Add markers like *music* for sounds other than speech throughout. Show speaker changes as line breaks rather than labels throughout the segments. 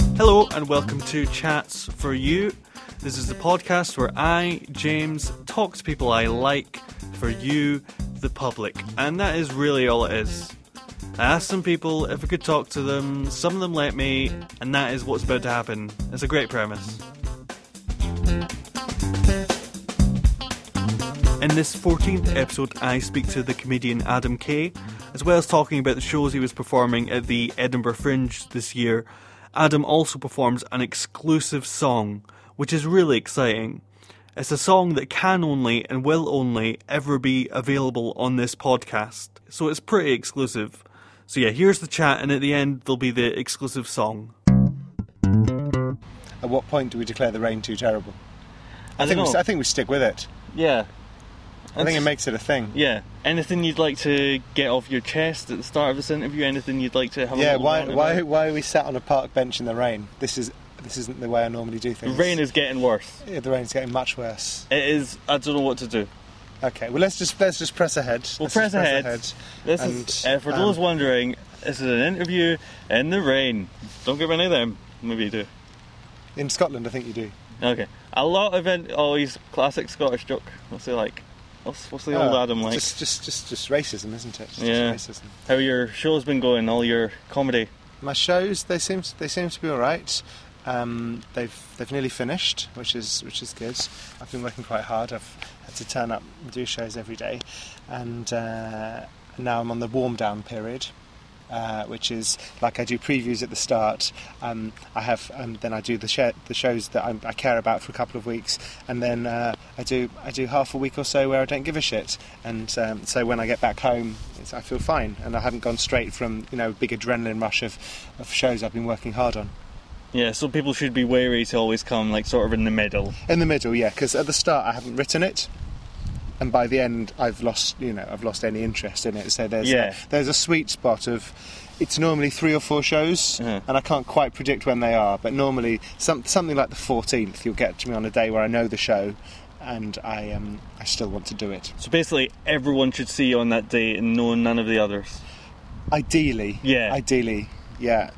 and welcome to Chats for You. This is the podcast where I, James, talk to people I like for you, the public. And that is really all it is. I asked some people if I could talk to them, some of them let me, and that is what's about to happen. It's a great premise. In this 14th episode, I speak to the comedian Adam Kay, as well as talking about the shows he was performing at the Edinburgh Fringe this year. Adam also performs an exclusive song, which is really exciting. It's a song that can only and will only ever be available on this podcast, so it's pretty exclusive. So, yeah, here's the chat, and at the end, there'll be the exclusive song.
At what point do we declare the rain too terrible? I,
don't
think
know.
we, I think we stick with it.
Yeah.
I think it makes it a thing.
Yeah. Anything you'd like to get off your chest at the start of this interview? Anything you'd like to have? A
Yeah,
little
why,
rant
why,
about?
why are we sat on a park bench in the rain? This is this isn't the way I normally do
The
things.
rain is getting worse.
Yeah, the rain's getting much worse.
It is. I don't know what to do.
Okay, well let's just let's just press ahead.
We'll
Let's just
press ahead. This is
And,
uh, for
um,
those wondering. This is an interview in the rain. Don't get many of them. Maybe you do.
In Scotland, I think you do.
Okay. A lot of in- always classic Scottish joke. What's he like? What's, what's the old
Oh,
Adam like?
Just, just, just, just racism, isn't it? Just
Yeah.
Racism.
How your show's been going? All your comedy.
My shows they seem they seem to be all right. Um, they've they've nearly finished, which is which is good. I've been working quite hard. I've had to turn up and do shows every day, and uh, now I'm on the warm down period, uh, which is like I do previews at the start. Um, I have um, then I do the sh- the shows that I'm, I care about for a couple of weeks, and then uh, I do I do half a week or so where I don't give a shit, and um, so when I get back home, it's, I feel fine, and I haven't gone straight from you know a big adrenaline rush of, of shows I've been working hard on.
Yeah. So people should be wary to always come like sort of in the middle.
In the middle, yeah, because at the start I haven't written it, and by the end I've lost, you know, I've lost any interest in it. So there's
Yeah.
a, there's a sweet spot of it's normally three or four shows,
Uh-huh.
and I can't quite predict when they are. But normally some, something like the 14th, you'll get to me on a day where I know the show, and I um, I still want to do it.
So basically, everyone should see you on that day and know none of the others.
Ideally,
Yeah.
ideally, yeah.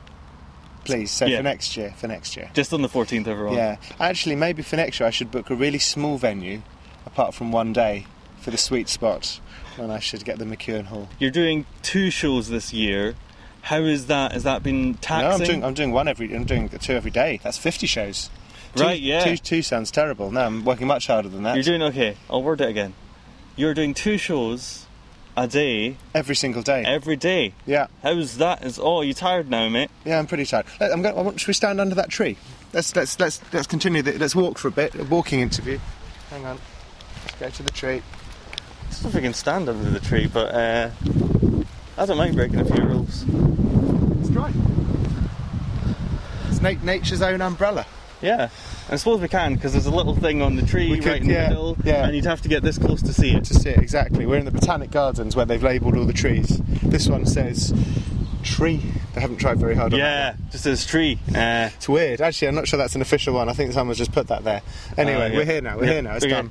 Please, so
Yeah.
for next year, for next year.
Just on the 14th, everyone.
Yeah, actually, maybe for next year I should book a really small venue, apart from one day, for the sweet spot when I should get the McEwen Hall.
You're doing two shows this year. How is that? Has that been taxing?
No, I'm doing I'm doing one every I'm doing two every day. That's 50 shows. Two-
Right, yeah.
Two, two sounds terrible. No, I'm working much harder than that.
You're doing okay. I'll word it again. You're doing two shows a day
every single day.
every day.
yeah,
How's that? Is oh, you tired now, mate?
yeah. I'm pretty tired. Let- I'm going. I want, should we stand under that tree? Let's let's let's let's continue. The, let's walk for a bit. A walking interview. Hang on. Let's go to the
I
tree.
don't know if we can stand under the tree, but uh, I don't mind breaking a few rules.
It's dry. It's na- nature's own umbrella.
Yeah, I suppose we can because there's a little thing on the tree
We
right
could,
in the
yeah,
middle,
yeah.
and you'd have to get this close to see it.
to see it exactly. We're in the Botanic Gardens where they've labelled all the trees. This one says tree. They haven't tried very hard on that
Yeah,
one.
just as tree. Uh,
It's weird. Actually, I'm not sure that's an official one. I think someone's just put that there. Anyway,
Uh, yeah.
we're here now. We're
Yeah,
here now. It's
okay.
done.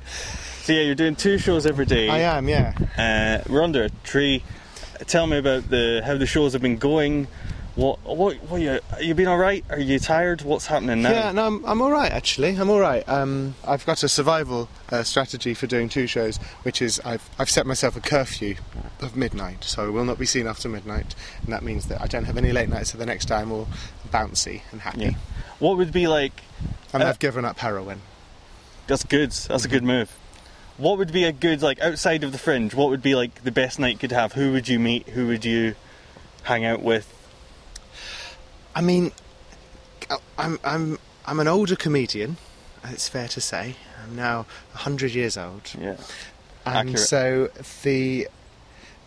So yeah, you're doing two shows every day.
I am, yeah.
Uh, we're under a tree. Tell me about the how the shows have been going. What what what you are you been all right? Are you tired? What's happening now?
Yeah, no, I'm, I'm all right actually. I'm all right. Um, I've got a survival uh, strategy for doing two shows, which is I've I've set myself a curfew of midnight, so I will not be seen after midnight, and that means that I don't have any late nights. So the next day I'm all bouncy and happy,
Yeah. What would be like?
and
Uh,
I've given up heroin.
That's good. That's a good move. What would be a good like outside of the fringe? What would be like the best night you could have? Who would you meet? Who would you hang out with?
I mean, I- I'm I'm I'm an older comedian. It's fair to say I'm now hundred years old,
Yeah.
and
accurate.
so the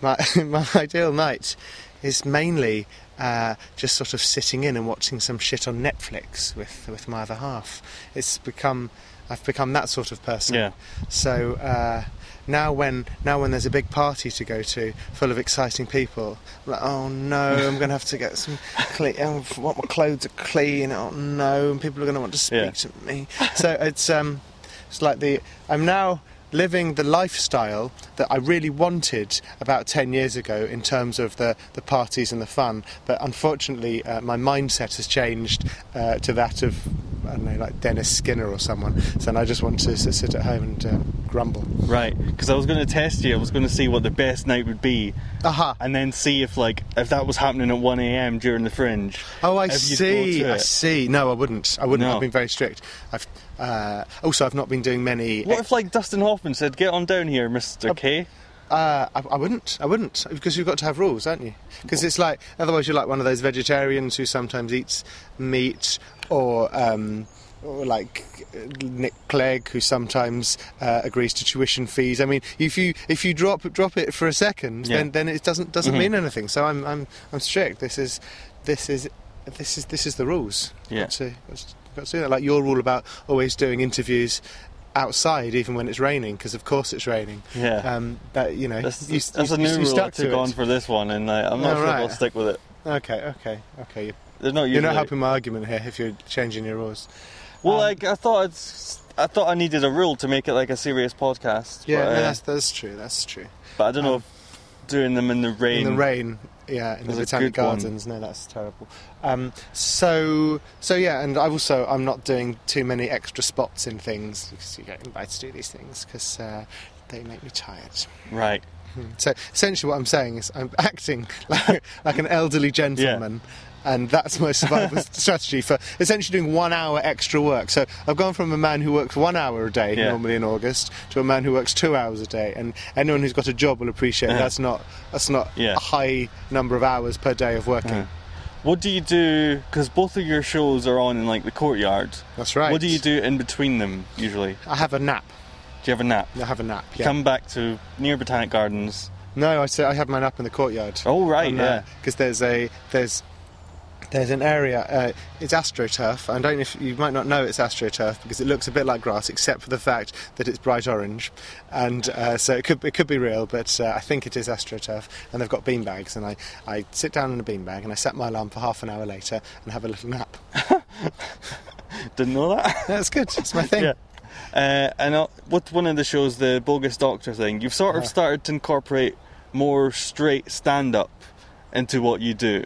my *laughs* my ideal night is mainly uh, just sort of sitting in and watching some shit on Netflix with with my other half. It's become I've become that sort of person.
Yeah.
So uh, now when now when there's a big party to go to, full of exciting people, I'm like oh no, I'm going to have to get some clean. *laughs* I want my clothes are clean. Oh no, and people are going to want to speak *laughs*
Yeah.
to me. So it's um, it's like the I'm now living the lifestyle that I really wanted about 10 years ago in terms of the, the parties and the fun. But unfortunately, uh, my mindset has changed uh, to that of, I don't know, like Dennis Skinner or someone. So now I just want to s- sit at home and uh, grumble.
Right, because I was going to test you. I was going to see what the best night would be,
Aha!
and then see if like if that was happening at one a.m. during the fringe.
Oh, I
if you'd go
see.
to
I
it.
see. No, I wouldn't. I wouldn't.
No.
I've been very strict. I've uh, also I've not been doing many.
What if like Dustin Hoffman said, "Get on down here, Mister K."
Uh, I, I wouldn't. I wouldn't because you've got to have rules, aren't you? Because it's like otherwise you're like one of those vegetarians who sometimes eats meat, or, um, or like uh, Nick Clegg who sometimes uh, agrees to tuition fees. I mean, if you if you drop drop it for a second,
Yeah.
then then it doesn't doesn't
Mhm.
mean anything. So I'm I'm I'm strict. This is this is this is this is the rules.
Yeah.
Got to, got to- got to do that. Like your rule about always doing interviews outside even when it's raining because of course it's raining
Yeah,
um, that you know
that's,
you,
that's
you-
a new
you
rule I
stuck to
took
it.
on for this one, and like, I'm not
Oh,
sure if
right.
I'll stick with it.
Okay, okay, okay. You're,
There's not
you're
usually.
not helping my argument here if you're changing your rules.
Well,
um,
like I thought, it's, I thought I needed a rule to make it like a serious podcast. but,
Yeah, no,
uh,
that's that's true. That's true.
but I don't know
um,
if doing them in the rain.
In the rain, yeah, in the
That's a
botanic
good one.
gardens. No, that's terrible. Um, so so yeah, and I also I'm not doing too many extra spots in things because you get invited to do these things because uh, they make me tired.
Right.
So essentially, what I'm saying is I'm *laughs* acting like, like an elderly gentleman. And that's my survival *laughs* strategy for essentially doing one hour extra work. So I've gone from a man who works one hour a day
Yeah.
normally in August to a man who works two hours a day. And anyone who's got a job will appreciate
Uh-huh.
that's not that's not
Yeah.
a high number of hours per day of working.
Uh-huh. What do you do? Because both of your shows are on in like the courtyard.
That's right.
What do you do in between them usually?
I have a nap.
Do you have a nap?
I have a nap.
You
Yeah.
Come back to near Botanic Gardens.
No, I say I have my nap in the courtyard.
Oh right, yeah.
Because there's a there's there's an area. Uh, it's astroturf. I don't know if you might not know it's astroturf because it looks a bit like grass, except for the fact that it's bright orange, and uh, so it could it could be real, but uh, I think it is astroturf. And they've got bean bags, and I I sit down in a bean bag and I set my alarm for half an hour later and have a little nap. *laughs*
Didn't know that. *laughs*
That's good. It's my thing.
yeah. Uh, and uh, what one of the shows, the bogus doctor thing, you've sort of
Uh-huh.
started to incorporate more straight stand up into what you do.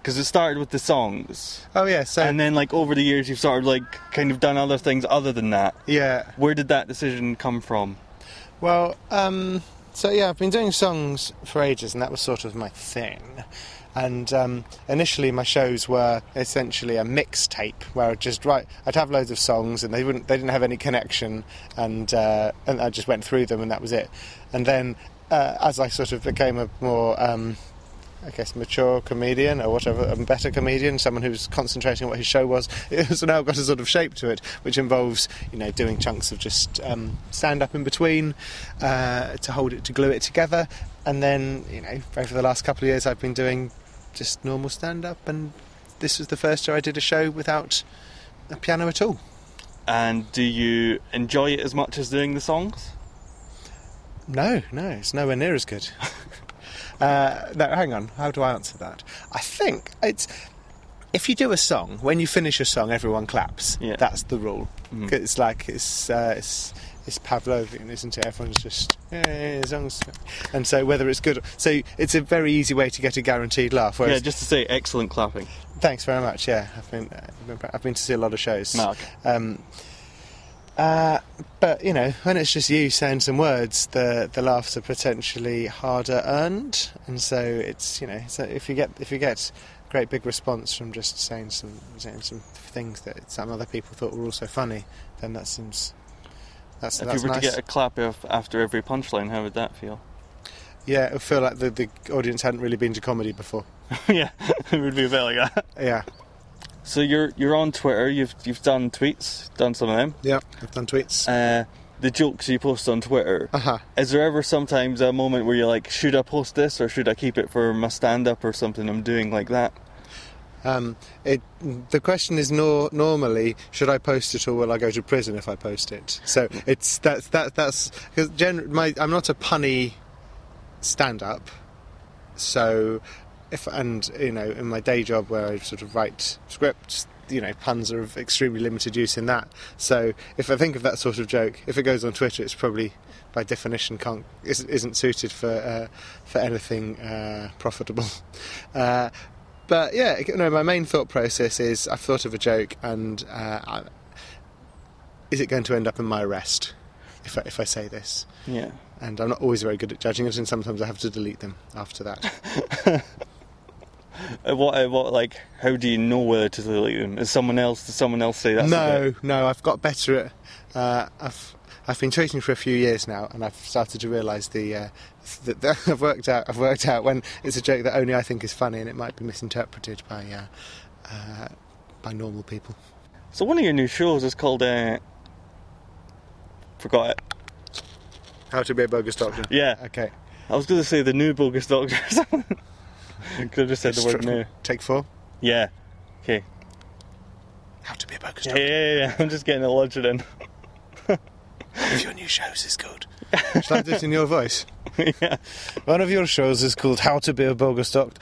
Because it started with the songs,
Oh yeah. So
and then like over the years, you've sort of like kind of done other things other than that.
yeah.
Where did that decision come from?
Well, um, so yeah, I've been doing songs for ages, and that was sort of my thing. And um, initially, my shows were essentially a mixtape where I'd just write. I'd have loads of songs, and they wouldn't. They didn't have any connection, and uh, and I just went through them, and that was it. And then, uh, as I sort of became a more um, I guess mature comedian or whatever, a better comedian, someone who's concentrating on what his show was. *laughs* It's now got a sort of shape to it, which involves you know doing chunks of just um, stand up in between uh, to hold it to glue it together, and then you know over the last couple of years I've been doing just normal stand up, and this was the first year I did a show without a piano at all.
And do you enjoy it as much as doing the songs?
No, no, it's nowhere near as good. *laughs* uh, no, hang on. How do I answer that? I think it's if you do a song, when you finish a song, everyone claps.
Yeah.
That's the rule.
Mhm.
'Cause It's like it's uh, it's it's Pavlovian, isn't it? Everyone's just yeah, yeah, yeah, songs. And so whether it's good, so it's a very easy way to get a guaranteed laugh.
Yeah,
Whereas,
just to say, excellent clapping.
thanks very much. Yeah, I've been uh, I've been, I've been to see a lot of shows.
No, okay.
Um, uh, but you know, when it's just you saying some words, the the laughs are potentially harder earned, and so it's you know, so if you get if you get a great big response from just saying some saying some things that some other people thought were also funny, then that seems that's
if
that's
you were
nice.
to get a clap af- after every punchline, how would that feel? *laughs*
Yeah, it would feel like the the audience hadn't really been to comedy before.
yeah, it would be a bit like that.
Yeah,
So you're you're on Twitter. You've you've done tweets, done some of them.
yeah, I've done tweets.
Uh, the jokes you post on Twitter.
Uh huh.
Is there ever sometimes a moment where you're like, should I post this or should I keep it for my stand up or something I'm doing like that?
Um, it, the question is nor, normally should I post it or will I go to prison if I post it? So it's that's that that's because gen, my I'm not a punny stand up, so if and you know in my day job where I sort of write scripts, you know puns are of extremely limited use in that. So if I think of that sort of joke, if it goes on Twitter, it's probably by definition can't isn't, isn't suited for uh, for anything uh, profitable. *laughs* Uh, but yeah, no. My main thought process is I've thought of a joke, and uh, I- is it going to end up in my arrest if I, if I say this?
Yeah.
And I'm not always very good at judging it, and sometimes I have to delete them after *laughs* that.
At Uh, what? At what? Like, how do you know whether to delete them? Is someone else? Does someone else say that's a
no,
bit?
no, I've got better at. Uh, I've I've been tweeting for a few years now, and I've started to realise the. *laughs* Uh, that that I've worked out. I've worked out when it's a joke that only I think is funny, and it might be misinterpreted by uh, uh, by normal people.
So one of your new shows is called. Uh, forgot it.
How to be a bogus doctor?
Yeah.
Okay.
I was going to say the new bogus doctor. or something. *laughs* Could have just said the word new.
Take four.
Yeah. Okay.
How to be a bogus
Yeah,
doctor.
yeah, yeah, yeah. *laughs* I'm just getting it lodged in.
If your new shows is *laughs* good. Shall I do it in your voice?
*laughs* yeah.
One of your shows is called How to Be a Bogus Doctor.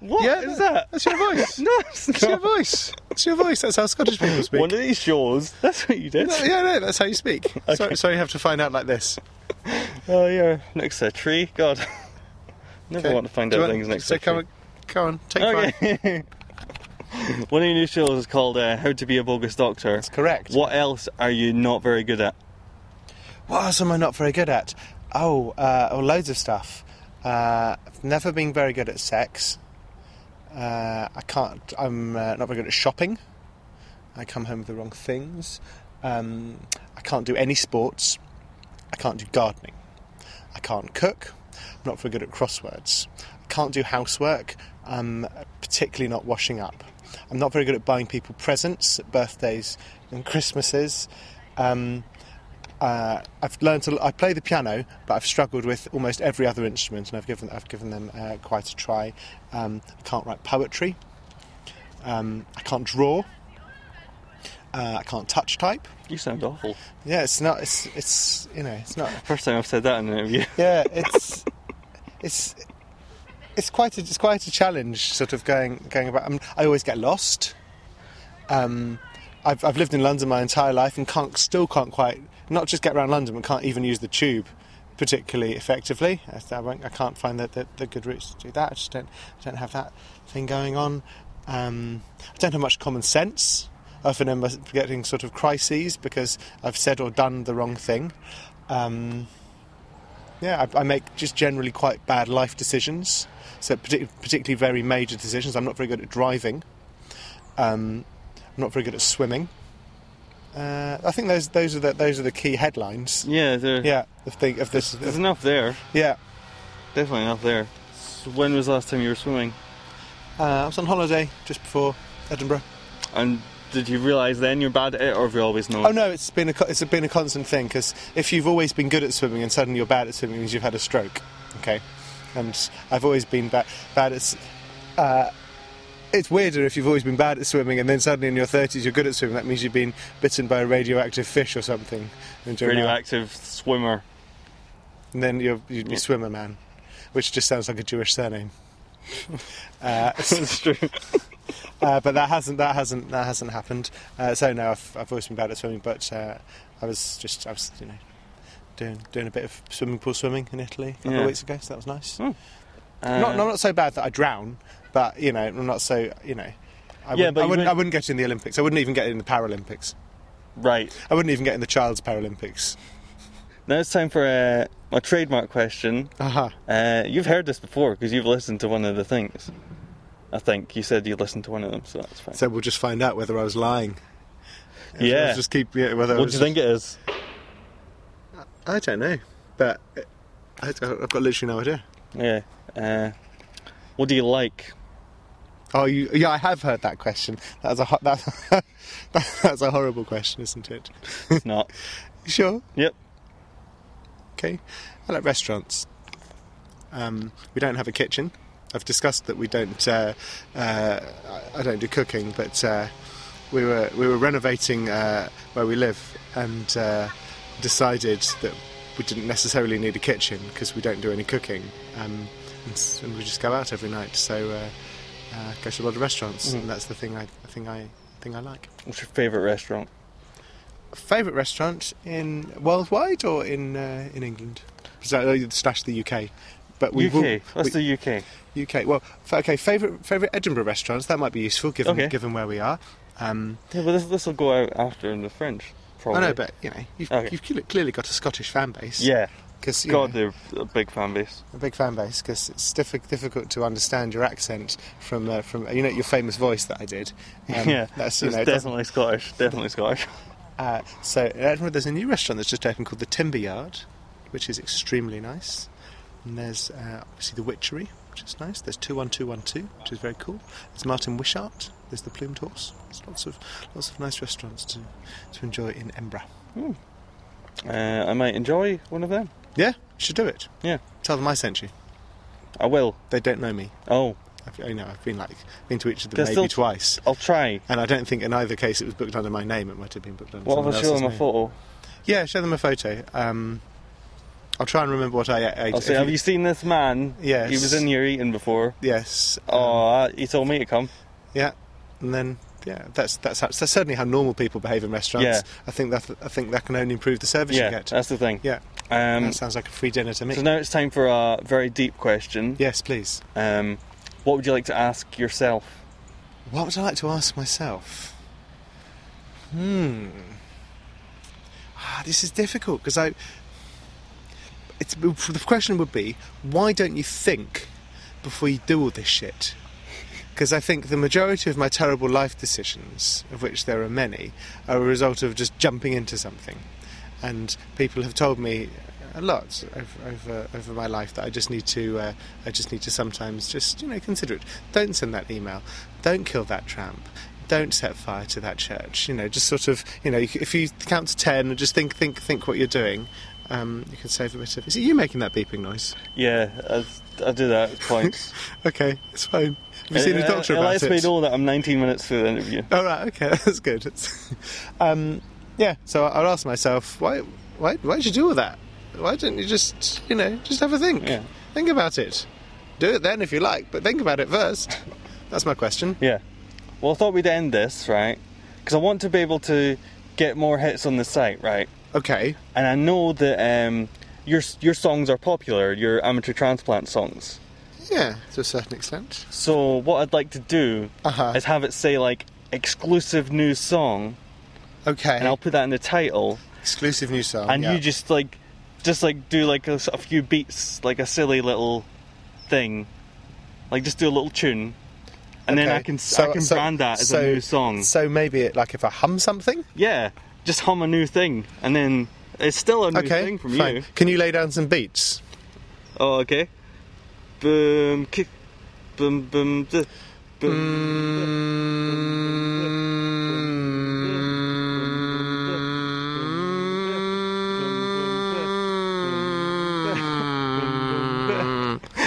What is
Yeah,
that?
That's your voice.
*laughs* No, it's
It's your
not.
voice. It's your voice. That's how Scottish people speak.
One of these shows. That's what you did.
No, yeah, no, that's how you speak. So, so you have to find out like this.
Oh yeah, next to a tree. God, *laughs* never
Okay.
want to find
Do you
out
want-
things next to
so
a
come
tree.
on, come on, take five.
*laughs* Okay. *laughs* One of your new shows is called uh, "How to Be a Bogus Doctor."
That's correct.
What else are you not very good at?
What else am I not very good at? Oh, uh, oh loads of stuff. Uh, I've never been very good at sex. Uh, I can't. I'm uh, not very good at shopping. I come home with the wrong things. Um, I can't do any sports. I can't do gardening. I can't cook. I'm not very good at crosswords. I can't do housework. I'm particularly not washing up. I'm not very good at buying people presents at birthdays and Christmases. Um, uh, I've learned to. I play the piano, but I've struggled with almost every other instrument, and I've given I've given them uh, quite a try. Um, I can't write poetry. Um, I can't draw. Uh, I can't touch type.
You sound awful.
Yeah, it's not. It's it's you know it's not.
First time I've said that in an interview. *laughs*
*laughs* Yeah, it's it's it's quite a, it's quite a challenge. Sort of going going about. i I always get lost. Um, I've I've lived in London my entire life and can't still can't quite not just get around London, but can't even use the tube particularly effectively. I, I, won't, I can't find the, the, the good routes to do that. I just don't I don't have that thing going on. Um, I don't have much common sense. I often end up getting sort of crises because I've said or done the wrong thing. Um, yeah, I, I make just generally quite bad life decisions. So partic- particularly very major decisions. I'm not very good at driving. Um, I'm not very good at swimming. Uh, I think those those are the those are the key headlines.
Yeah, there,
Yeah, of thing of this.
There's enough there.
yeah,
Definitely enough there. So when was the last time you were swimming?
uh, I was on holiday just before Edinburgh.
And did you realise then you're bad at it, or have you always known?
Oh no, it's been a co- it's been a constant thing because if you've always been good at swimming and suddenly you're bad at swimming, it means you've had a stroke. Okay, and I've always been ba- bad at. s- Uh, it's weirder if you've always been bad at swimming and then suddenly in your 30s you're good at swimming. That means you've been bitten by a radioactive fish or something. And you're now-
Radioactive swimmer. *laughs*
and then you're, you'd be swimmer man, which just sounds like a Jewish surname. *laughs* uh,
That's true.
uh, but that hasn't that hasn't that hasn't happened. Uh, so no, I've, I've always been bad at swimming, but uh, I was just I was you know doing doing a bit of swimming pool swimming in Italy a couple
Yeah.
of weeks ago, so that was nice.
Hmm.
not,
Uh,
not not so bad that I drown, but you know I'm not so you know.
Yeah,
I wouldn't,
but
I
you
wouldn't,
would-
I wouldn't get in the Olympics. I wouldn't even get in the Paralympics.
Right.
I wouldn't even get in the Child's Paralympics.
Now it's time for uh, my trademark question.
Aha.
Uh, you've heard this before because you've listened to one of the things. I think you said you listened to one of them, so that's fine.
So we'll just find out whether I was lying. If I
Yeah.
was Just uh, keep. Yeah, whether I
what
was
do you think it is?
I don't know, but uh, I, I've got literally no idea.
Yeah. Uh, what do you like?
Oh, you, yeah, I have heard that question. That's a ho- *laughs* that, that's a horrible question, isn't it? *laughs*
It's not.
You sure?
Yep.
Okay. I like restaurants. Um, we don't have a kitchen. I've discussed that we don't. Uh, uh, I- I don't do cooking, but uh, we were we were renovating uh, where we live and uh, decided that we didn't necessarily need a kitchen because we don't do any cooking, um, and, s- and we just go out every night. So uh, uh, go to a lot of restaurants,
Mhm.
and that's the thing I, the thing I thing I like.
What's your favourite restaurant?
Favorite restaurant in worldwide or in uh, in England? So, uh, slash the UK. But we've
UK.
all-
Let's do
we-
UK.
UK. Well, f- okay, favorite favorite Edinburgh restaurants. That might be useful given
Okay.
given where we are. Um,
Yeah, but this this will go out after in the French.
I
Probably.
know, but you know, you've,
Okay.
you've cl- clearly got a Scottish fan base.
yeah,
because
God, they're a big fan base.
a big fan base. Because it's diffi- difficult to understand your accent from uh, from you know your famous voice that I did.
*laughs*
Um,
yeah,
that's you
it's
know. it doesn't-
definitely Scottish. Definitely Scottish.
Uh, so in Edinburgh, there's a new restaurant that's just opened called the Timber Yard, which is extremely nice. And there's uh, obviously the Witchery, which is nice. There's two one two one two, which is very cool. There's Martin Wishart. There's the Plumed Horse. There's lots of lots of nice restaurants to to enjoy in Edinburgh.
Hmm. Uh, I might enjoy one of them.
Yeah, you should do it.
Yeah.
Tell them I sent you.
I will.
They don't know me.
Oh,
I've, you know, I've been like been to each of them
They're still-
maybe twice,
I'll try.
and I don't think in either case it was booked under my name. It might have been booked under.
What if I
someone
show
else's
them a
name.
photo?
Yeah, show them a photo. Um, I'll try and remember what I ate.
I'll say,
If
have you seen this man?
Yes.
He was in here eating before.
Yes. um,
Oh, he told me to come.
Yeah, and then yeah, that's that's how, that's certainly how normal people behave in restaurants.
Yeah.
I think that I think that can only improve the service
Yeah,
you get.
that's the thing.
yeah,
Um,
that sounds like a free dinner to me.
so now it's time for a very deep question.
yes, please.
Um, what would you like to ask yourself?
What would I like to ask myself? Hmm. Ah, this is difficult because I. It's the question would be why don't you think before you do all this shit? Because I think the majority of my terrible life decisions, of which there are many, are a result of just jumping into something. And people have told me a lot over, over, over my life that I just need to uh, I just need to sometimes just you know consider it. Don't send that email. Don't kill that tramp. Don't set fire to that church. You know, just sort of you know if you count to ten and just think think think what you're doing. Um, you can save a bit of. Is it you making that beeping noise?
Yeah, I, I do that at
*laughs*
points.
Okay, it's fine. Have you seen
It-
a doctor
it,
about
lets
it?
me know that I'm 19 minutes through the interview.
All right. Okay. *laughs* That's good. It's- um, yeah. So I'll ask myself why why why did you do all that? Why didn't you just you know just have a think?
Yeah.
Think about it. Do it then if you like, but think about it first. That's my question.
Yeah. Well, I thought we'd end this, right? Because I want to be able to get more hits on the site, right?
Okay.
And I know that um, your your songs are popular, your amateur transplant songs.
Yeah, to a certain extent.
So what I'd like to do
Uh-huh.
is have it say like exclusive new song,
Okay.
and I'll put that in the title,
Exclusive new song.
and
yeah.
you just like just like do like a, s- a few beats, like a silly little thing, like just do a little tune, and then I
Okay.
can s
So-
I can
so-
brand that as
so-
a new song.
So maybe it, like if I hum something.
yeah, just hum a new thing, and then it's still a new
okay.
thing from
fine.
you.
Can you lay down some beats?
Oh, okay. Boom, kick, boom, boom, d- boom.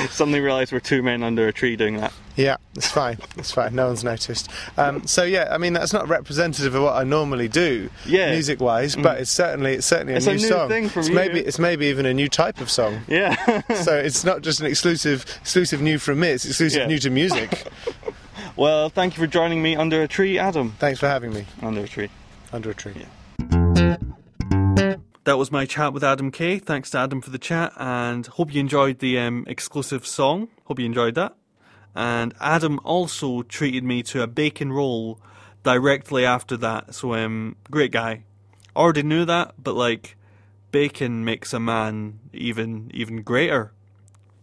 Suddenly realised we're two men under a tree doing that.
Yeah, it's fine. *laughs* It's fine. No one's noticed. Um, so yeah, I mean that's not representative of what I normally do,
Yeah. Mm.
music-wise. But it's certainly it's certainly a
It's a
new
new
song.
thing from
it's
you.
maybe it's maybe even a new type of
*laughs*
song.
Yeah.
so it's not just an exclusive exclusive new from me. It's exclusive
Yeah.
new
*laughs*
to music.
well, thank you for joining me under a tree, Adam.
Thanks for having me
Under a tree.
under a tree.
That was my chat with Adam Kay. Thanks to Adam for the chat, and hope you enjoyed the um, exclusive song. Hope you enjoyed that. And Adam also treated me to a bacon roll directly after that. So, um, great guy. Already knew that, but like, bacon makes a man even even greater.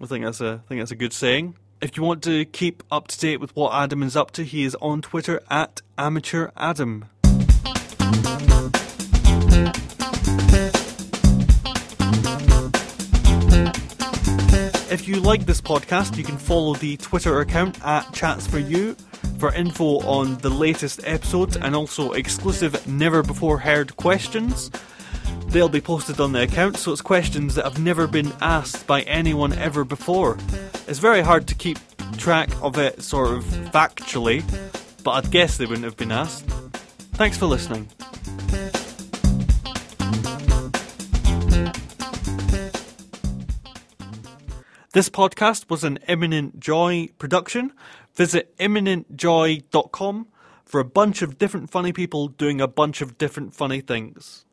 I think that's a I think that's a good saying. If you want to keep up to date with what Adam is up to, he is on Twitter at amateur Adam. If you like this podcast, you can follow the Twitter account at Chats for You for info on the latest episode and also exclusive never before heard questions. They'll be posted on the account, so it's questions that have never been asked by anyone ever before. It's very hard to keep track of it sort of factually, but I'd guess they wouldn't have been asked. Thanks for listening. This podcast was an Imminent Joy production. Visit imminentjoy.com
for a bunch of different funny people doing a bunch of different funny things.